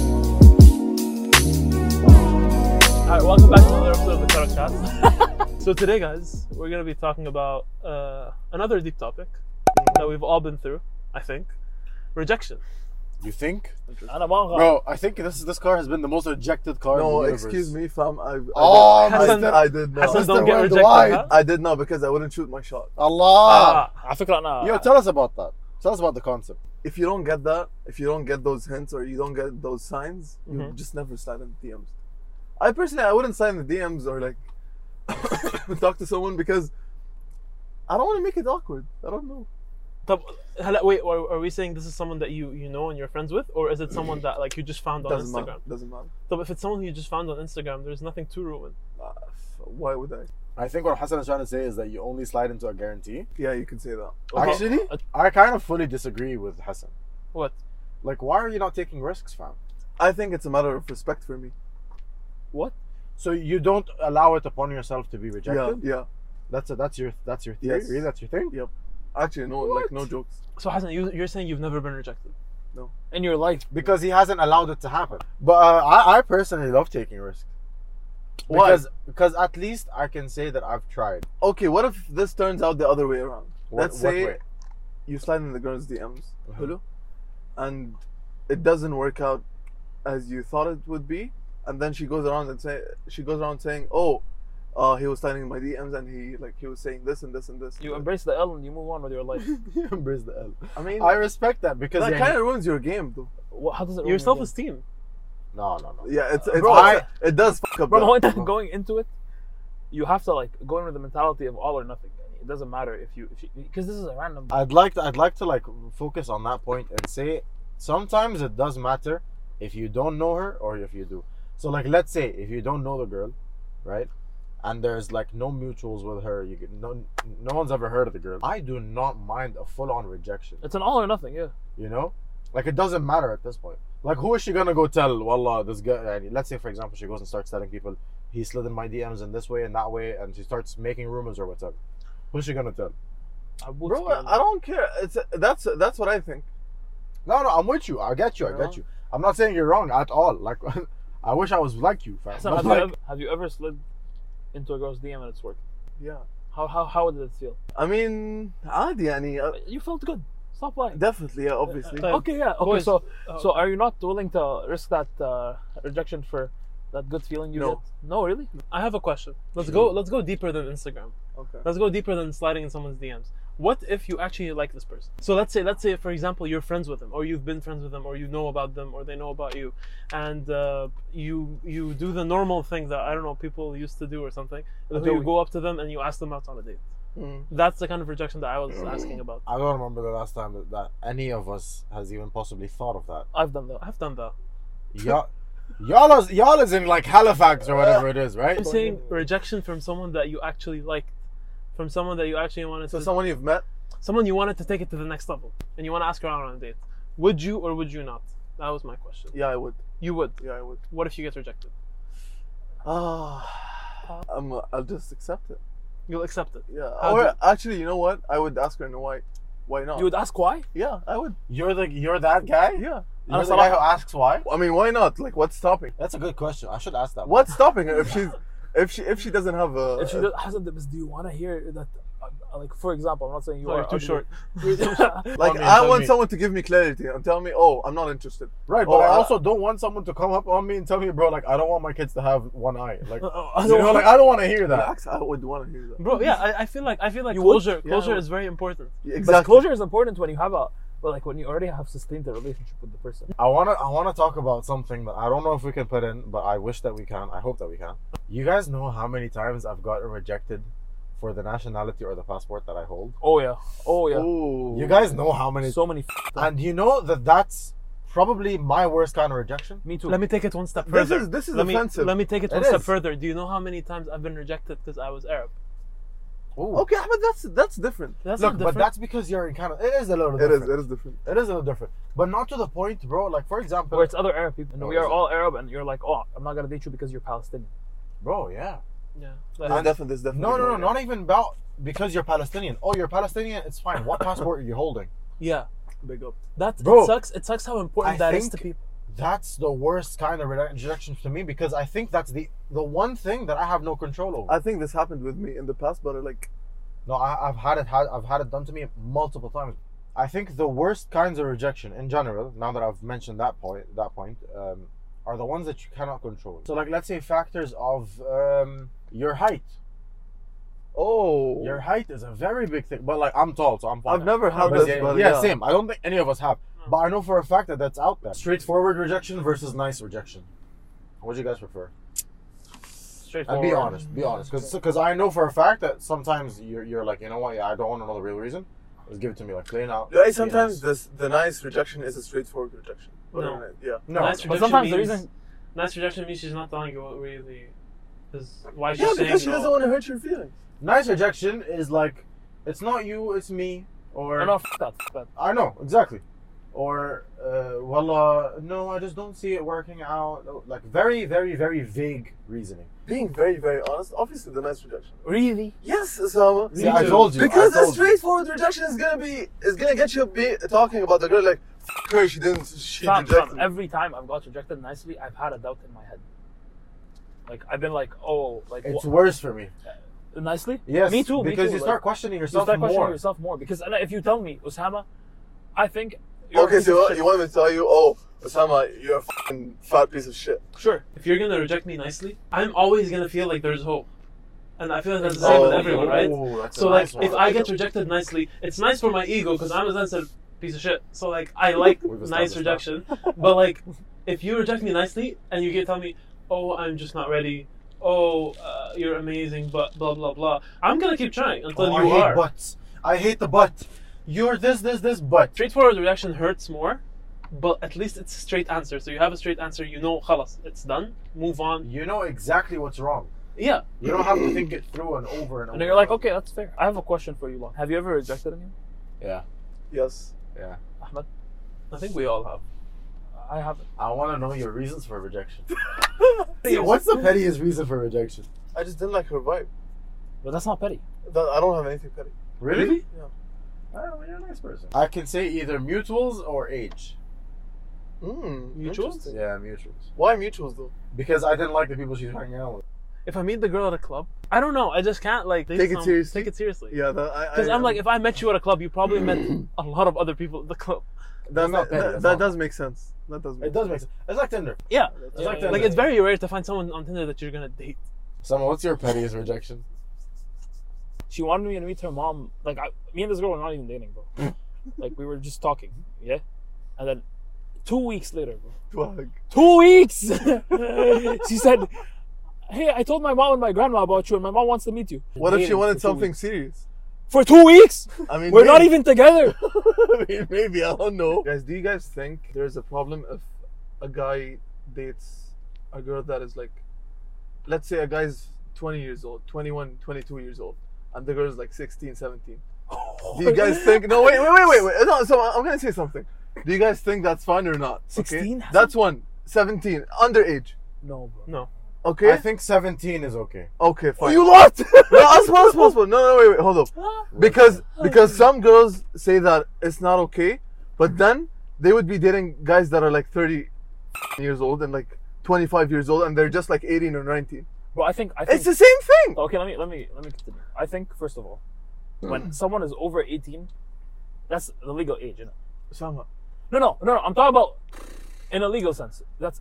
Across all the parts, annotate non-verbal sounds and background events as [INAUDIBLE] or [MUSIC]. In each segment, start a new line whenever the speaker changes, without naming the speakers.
[LAUGHS] So today, guys, we're gonna be talking about uh, another deep topic that we've all been through. I think rejection.
You think?
انا ما غلط
Bro, I think this this car has been the most ejected car. in the
No,
universe.
excuse me, fam. I, I, did-
Oh,
I,
Hassan-
I did not.
Hassan don't get
Mr.
rejected.
Worldwide.
Huh?
I did not because I wouldn't shoot my shot.
Allah.
Ah,
على فكره انا
Yo, tell us about that. Tell us about the concept.
If you don't get that, if you don't get those hints or you don't get those signs, you
Mhm.
just never slide in the DMs. I personally, I wouldn't sign the DMs or like [COUGHS] talk to someone because I don't want to make it awkward. I don't know.
طب هلا wait are, are we saying this is someone that you you know and you're friends with or is it someone that like you just found on
Doesn't matter.
Instagram?
Doesn't matter.
So if it's someone who you just found on Instagram, there's nothing to ruin.
Uh, f- why would I?
I think what Hassan is trying to say is that you only slide into a guarantee.
Yeah, you can say that.
Okay.
Actually, I kind of fully disagree with Hassan.
What?
Like, why are you not taking risks, fam?
I think it's a matter of respect for me.
So you don't allow it upon yourself to be rejected.
Yeah, yeah.
That's a, that's your that's your theory.
Yes.
Really, that's your thing.
Actually, no, like
What?
no jokes.
So Hassan, you, you're saying you've never been rejected.
in your life
Because he hasn't allowed it to happen. But uh, I, I personally love taking risks.
Why?
Because because at least I can say that I've tried.
Okay, what if this turns out the other way around?
What-
Let's
what
say [LAUGHS]
way?
you slide in the girl's DMs,
Uh-huh.
hello, and it doesn't work out as you thought it would be, and then she goes around and say she goes around saying, "Oh, uh, he was sliding in my DMs and he like he was saying this and this and this."
you embrace the L and you move on with your life
You embrace the L.
I mean,
I respect that because
that
yeah,
kind of ruins your game, though.
What- how does it ruin
Your
game?
self-esteem.
no no no.
Yeah, it's, it's
Bro,
it's- it does fuck up.
Bro,
that.
the whole time going [LAUGHS] into it, you have to like go in with the mentality of all or nothing. It doesn't matter if you because this is a random.
I'd like to, I'd like to like focus on that point and say sometimes it does matter if you don't know her or if you do. So like let's say if you don't know the girl, right? And there's like no mutuals with her. You get, no no one's ever heard of the girl. I do not mind a full on rejection.
It's an all or nothing. Yeah,
You know, like it doesn't matter at this point. Like who is she gonna go tell? Wallah, this guy. يعني, let's say for example she goes and starts telling people he slid in my DMs in this way and that way, and she starts making rumors or whatever. Who's she gonna tell?
I would
bro, I don't care. It's that's that's what I think.
No, no, I'm with you. I get you. I get you. I'm not saying you're wrong at all. Like, [LAUGHS] I wish I was like you, fam. [LAUGHS]
Hassan,
But
have, you
like,
ever, have you ever slid into a girl's DM and it's worked?
Yeah,
How how how did it feel?
I mean, عادي يعني, uh,
You felt good. Stop lying.
definitely, yeah, obviously.
Uh, uh,
Okay, yeah. Okay,
Boys,
so
uh,
so are you not willing to risk that uh, rejection for that good feeling you
No.
get? No, really.
I have a question. Let's go. Let's go deeper than Instagram.
okay.
Let's go deeper than sliding in someone's DMs. What if you actually like this person? So let's say, let's say, for example, you're friends with them, or you've been friends with them, or you know about them, or they know about you, and uh, you you do the normal thing that I don't know people used to do or something. and
do
you
it.
go up to them and you ask them out on a date.
Mm.
That's the kind of rejection that I was asking about.
I don't remember the last time that, that any of us has even possibly thought of that.
I've done that.
I've done that.
[LAUGHS] Y'all, y'all, is, y'all is in like Halifax or whatever it is, right?
I'm saying rejection from someone that you actually liked, from someone that you actually wanted
So
to,
someone you've met,
someone you wanted to take it to the next level, and you want to ask her out on a date. Would you or would you not? That was my question.
yeah, I would.
You would.
Yeah, I would.
What if you get rejected?
Ah, I'm, I'll just accept it.
You'll accept it.
Yeah.
How
or
do-
actually, you know what? I would ask her, no, why? Why not?
You would ask why?
yeah, I would.
You're the you're that guy.
Yeah.
You're the guy who asks why.
I mean, why not? Like, what's stopping?
That's a good question. I should ask that. one.
What's stopping her if she's, if she, if she doesn't have a,
If she does, Hassan, do you want to hear that? uh, Like, for example, I'm not saying you
Oh,
are
you're too
ugly. [LAUGHS]
short. [LAUGHS]
like,
Tell me,
I
tell
want
me.
someone to give me clarity and tell me, oh, I'm not interested.
Right, but
Oh,
I
I-
also don't want someone to come up on me and tell me, bro, like I don't want my kids to have one eye. Like,
I
you know, like [LAUGHS] I don't want to hear that.
Relax. I would want to hear that.
Bro, yeah, I, I feel like I feel like
You would?
closure
Yeah, I
closure
would.
is very important.
Yeah,
But
exactly.
closure is important when you have a, well, like when you already have sustained a relationship with the person.
I wanna I wanna talk about something that I don't know if we can put in, but I wish that we can. I hope that we can. You guys know how many times I've gotten rejected for the nationality or the passport that I hold.
Oh yeah, oh yeah.
Ooh.
You guys know how many,
So many. F-
and you know that that's probably my worst kind of rejection.
me too.
Let me take it one step further.
This is- this is
let me,
offensive.
Let me take it
It
one step
is.
further. Do you know how many times I've been rejected because I was Arab?
Ooh.
Okay, but that's that's different.
That's
Look, but
not different.
that's because you're in Canada. It is a little
It
different.
is. It is different.
It is a little different, but not to the point, bro. Like for example,
Where it's other Arab people, and
Oh,
we
is
are
it?
all Arab, and you're like, oh, I'm not gonna date you because you're Palestinian.
bro, yeah.
yeah.
There's
Like,
definitely, there's definitely
No, no, no,
more,
not even about because you're Palestinian. Oh, you're Palestinian. It's fine. What passport are you holding?
yeah.
yeah. Big up.
That's
Bro,
it sucks. It sucks how important
I
that is to
think-
people.
That's the worst kind of rejection to me because I think that's the the one thing that I have no control over.
I think this happened with me in the past, but like
No, I, I've had it. Had, I've had it done to me multiple times. I think the worst kinds of rejection in general. Now that I've mentioned that point, that point um, are the ones that you cannot control. So, like, let's say factors of um, your height.
oh,
Your height is a very big thing. But like, I'm tall, so I'm fine.
I've never had
But
this.
yeah,
but
yeah,
yeah.
same. I don't think any of us have. But I know for a fact that that's out there. Straightforward rejection versus nice rejection. What do you guys prefer? And
Straightforward.
be honest, be honest, because I know for a fact that sometimes you're, you're like, you know what? Yeah, I don't want to know the real reason. Just give it to me, like plain out.
Right,
Be
sometimes
honest.
this, the nice rejection is a straightforward rejection.
No.
Right, Yeah.
no,
Nice
But
rejection
sometimes the
means-
reason
Nice rejection means she's not telling you what really. Because why she's
Yeah,
saying
because she doesn't
no.
want to hurt your feelings.
nice rejection is like, it's not you, it's me, or
no, no, f- that, f- that.
I know exactly, or uh, wallah, no, I just don't see it working out. Like very, very, very vague reasoning.
Being very, very honest, obviously the nice rejection.
Really?
Yes, Osama.
See, I told you I
Because a
told you.
straightforward rejection is gonna be is gonna get you be talking about the girl like "F her she didn't she
Fam, fam,
rejected me."
every time I've got rejected nicely, I've had a doubt in my head. Like I've been like, oh, like
It's
wha-
worse for me.
nicely.
Yes,
me too. me
Because
too,
you
like,
start questioning
you
yourself
start questioning
more.
yourself more. Because uh, if you tell me, Osama, I think. you're a
Okay,
piece of
uh,
so you,
shit."
you want me to tell you, oh, Osama, you're a fucking fat piece of shit.
Sure, if you're gonna reject me nicely, I'm always gonna feel like there's hope, and I feel that's the same
Oh,
with everyone, right?
Oh, that's a
So
nice
like,
one.
if I get rejected nicely, it's nice for my ego because I'm a sensitive piece of shit. So like, I like
We've
nice
established that.
rejection, but like, if you reject me nicely and you get tell me, oh, I'm just not ready. Oh, uh, you're amazing, but blah blah blah. I'm gonna keep trying
Oh,
until
I
you
hate
are.
butts. I hate the butt. You're this, this, this butt.
Straightforward rejection hurts more, but at least it's a straight answer. So you have a straight answer. You know, خلاص, it's done. Move on.
You know exactly what's wrong.
Yeah.
You don't have to think it through and over and over.
And then you're like, okay, that's fair. I have a question for you, Lon. Have you ever rejected anyone,
Yeah,
Yes.
yeah.
Ahmed?
I think we all have.
I haven't.
I want to know your reasons for
[LAUGHS]
rejection. What's the pettiest reason for rejection?
I just didn't like her vibe.
But that's not petty.
That, I don't have anything petty.
Really?
Yeah.
Oh, you're a nice person. I can say either mutuals or age.
Mm,
Mutuals?
interesting.
Yeah, mutuals.
Why mutuals though?
Because I didn't like the people she was hanging out with.
If I meet the girl at a club, I don't know. I just can't like um,
Take it seriously?
Take it seriously.
Yeah, that, I.
Because
I,
I'm like, if I met you at a club, you
[CLEARS THROAT]
probably met a lot of other people at the club.
that,
It's not petty,
that,
it's
that
not.
does make sense. That does make.
It does make sense. It's like Tinder.
Yeah.
It's like Tinder.
Like it's very rare to find someone on Tinder that you're gonna date.
Someone, what's your pettiest rejection?
She wanted me to meet her mom. Like I, me and this girl were not even dating,
[LAUGHS]
bro. like we were just talking, yeah. And then two weeks later, bro.
Twag.
Two weeks. [LAUGHS] she said, "Hey, I told my mom and my grandma about you, and my mom wants to meet you."
What if she
Dating for
wanted
two
something
weeks.
serious?
for two weeks?
I mean,
We're not
maybe.
even together.
[LAUGHS] I mean, maybe I don't know. Guys, do you guys think there's a problem if a guy dates a girl that is like, let's say a guy's 20 years old, 21, 22 years old, and the girl is like 16, 17? Do you guys [LAUGHS] think? No, wait, wait, wait, wait, wait. No, so I'm gonna say something. Do you guys think that's fine or not?
16?
Okay? That's one. 17, underage.
No, bro.
No.
Okay.
I think 17 is okay.
okay, fine.
You lost.
[LAUGHS] no, uh, as well as possible. No, no, wait, wait, hold up. Because because some girls say that it's not okay, but then they would be dating guys that are like 30 years old and like 25 years old, and they're just like 18 or 19.
Bro, I think I think
It's the same thing.
Okay, let me let me let me continue. I think first of all,
Hmm.
when someone is over eighteen, that's the legal age, you know.
Sama.
No, no, no, no. I'm talking about in a legal sense. That's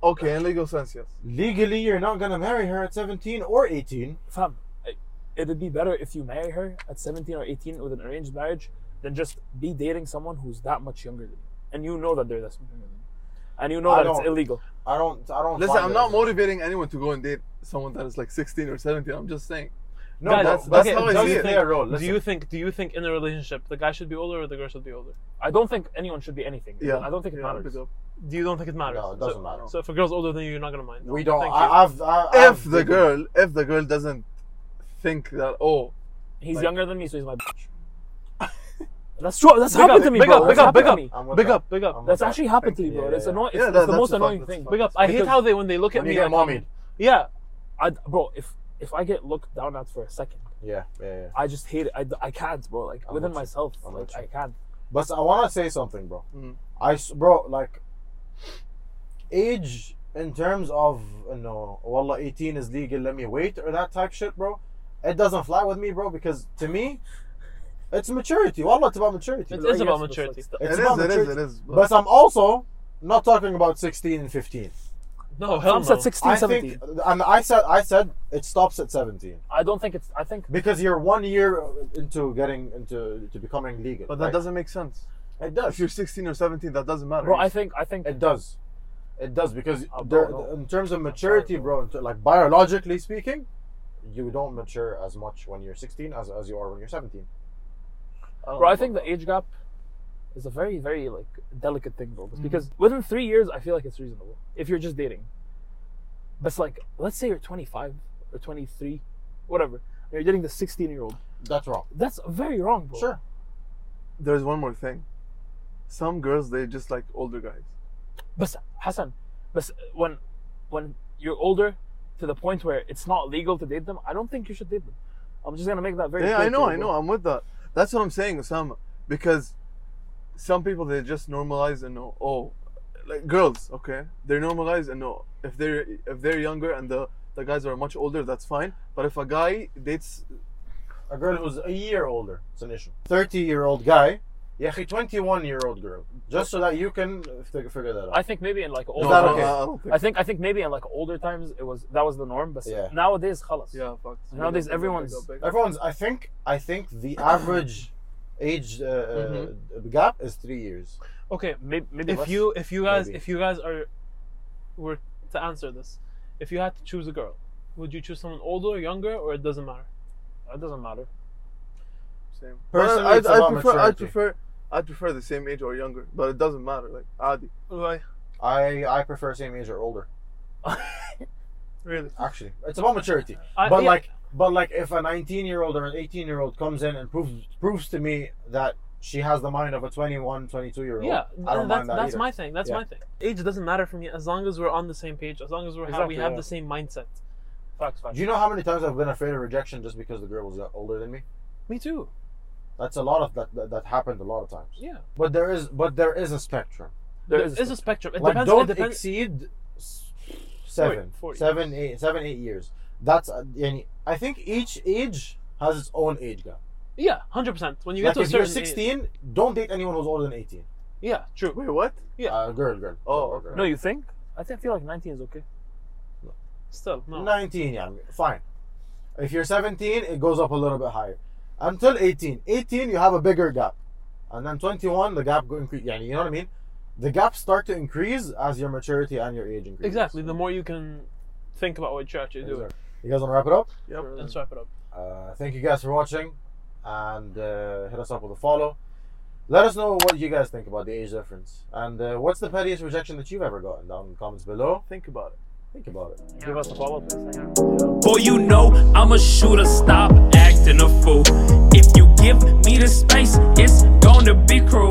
Okay, in legal sense, yes.
Legally, you're not gonna marry her at 17 or 18.
fam. I- It'd be better if you marry her at seventeen or eighteen with an arranged marriage than just be dating someone who's that much younger than you, and you know that they're that much younger than you, and you know
I
that it's
don't-
illegal.
I don't. I don't.
Listen,
find
I'm
it
not
as-
motivating anyone to go and date someone that is like 16 or 17. I'm just saying.
No,
Guys,
that's,
that's-
that's
okay,
how it
do
does
you
play
think-
a role.
Do you think? Do you think in a relationship the guy should be older or the girl should be older?
I don't think anyone should be anything.
Yeah.
I don't think it
yeah,
matters.
because
Do you don't think it matters?
No, it doesn't
so,
matter.
So if a girl's older than you, you're not gonna mind.
we don't.
Thank you.
I, I've, I, I've.
If the girl, if the girl doesn't think that, oh,
He's
Like-
younger than me, so he's my [LAUGHS]
[LAUGHS]
bitch. that's true. That's happened
up,
to me,
big
bro.
up,
That's
big up,
happened
big
to
up.
me.
I'm with
Big
that.
up, big up.
I'm with
That's
that.
actually happened to me,
Thank you.
bro.
Yeah,
it's
yeah,
annoying.
yeah.
It's,
Yeah,
it's the
that's
most
a fact,
annoying
that's a
thing.
fact.
Big up. I hate
Because-
how they when they look at
When
me.
you get
like,
mommy.
Yeah.
I, bro, if if I get looked down at for a second,
Yeah, yeah, yeah.
I just hate it. I, I can't, bro. Like
I'm
within
with you.
myself,
I'm
like
with you.
I can't.
Mm-hmm.
But I wanna say something, bro.
Mm.
I s I, bro, like, age in terms of uh, no, wallah, 18 is legal, let me wait, or that type shit, bro, it doesn't fly with me, bro, because to me, it's maturity. Wallah, it's about maturity.
I
It is
guess
about
it's like
maturity.
stuff-
It's
It
about
is, it is,
maturity.
it is. But
But I'm also not talking about 16 and 15.
No, hell
Some
no.
said 16,
I
17.
think, and I said, I said it stops at 17
I don't think it's. I think
because you're one year into getting into to becoming legal.
but that
right?
doesn't make sense.
It does.
If you're 16 or 17, that doesn't matter.
Bro, I think I think
It does. It does because
Uh,
there,
bro, no.
in terms of maturity, bro, in ter- like biologically speaking, you don't mature as much when you're 16 as, as you are when you're 17.
don't
bro,
know
I think
about
the age gap is a very very like delicate thing, bro.
Mm-hmm.
Because within three years, I feel like it's reasonable if you're just dating. But it's like, let's say you're 25 or 23, whatever. and you're dating the 16 year old.
That's wrong.
That's very wrong, bro.
Sure.
that. There's one more thing. Some girls, they just like older guys.
But Hassan, but when when you're older to the point where it's not legal to date them, I don't think you should date them. I'm just gonna make that very.
Yeah,
clear
I
to
know,
you,
I
bro.
know. I'm with that. That's what I'm saying, Osama. Because some people they just normalize and know. Oh, like girls, okay, they normalize and know if they're if they're younger and the the guys are much older, that's fine. But if a guy dates,
A girl who's a year older, it's an issue. 30 year old guy, yeah, 21 year old girl. Just so that you can uh, fig- figure that out.
I think maybe in like older.
Is that
no,
okay?
I don't think-
I think I think maybe in like older times it was that was the norm, but
Yeah.
nowadays, خلاص.
yeah, fuck.
Nowadays,
Big up, big up,
everyone's-
big up,
Uh,
big up.
Everyone's, I think, I think the average age uh,
Mm-hmm.
uh, gap is three years.
Okay,
Maybe, maybe
if
less.
you if you guys
Maybe.
if you guys are were to answer this, if you had to choose a girl, would you choose someone older or younger, or it doesn't matter?
it doesn't matter.
Same.
Personally,
But I-
it's
I
about
prefer, I
maturity.
prefer, I prefer the same age or younger, but it doesn't matter. Like Adi,
Why?
I, I prefer same age or older.
Really?
Actually, it's about maturity.
I-
but
yeah.
like, but like, if a 19 year old or an 18 year old comes in and proves proves to me that she has the mind of a 21, 22 year old,
Yeah,
I don't
that's,
mind that
that's
either.
my thing. That's
Yeah.
my thing. Age doesn't matter for me as long as we're on the same page, as long as we're ha- we
Exactly,
have
yeah.
the same mindset.
Facts, facts.
Do you know how many times I've been afraid of rejection just because the girl was uh, older than me?
Me too.
That's a lot of that that, that happened a lot of times.
Yeah.
But there is but there is a spectrum.
there
It's
is
a spectrum. It
like
depends.
don't
it depends.
exceed s- seven,
Forty- forty.
seven, eight- seven, eight years. That's uh, yani- I think each age has its own age gap.
yeah, hundred percent. When you
like
get to a
if
certain
you're
age-
16, don't date anyone who's older than 18.
yeah, true.
wait, what?
Yeah.
Uh, girl, girl.
Oh,
Girl.
okay.
no, you think? I think I feel like 19 is okay.
Still, no.
19, yeah, fine. If you're 17, it goes up a little bit higher. Until 18. 18, you have a bigger gap. And then 21, the gap go increase. Yeah, you know what I mean? The gaps start to increase as your maturity and your age increase.
Exactly. The more you can think about what you're actually doing,
You guys want to wrap it up?
Yep.
let's wrap it up.
Uh, thank you guys for watching. And uh, hit us up with a follow. Let us know what you guys think about the age difference. And uh, what's the pettiest rejection that you've ever gotten? Down in the comments below.
Think about it.
Think about it.
Give us a follow up.
Boy, you know I'm a shooter, stop acting a fool. If you give me the space, it's gonna be cruel.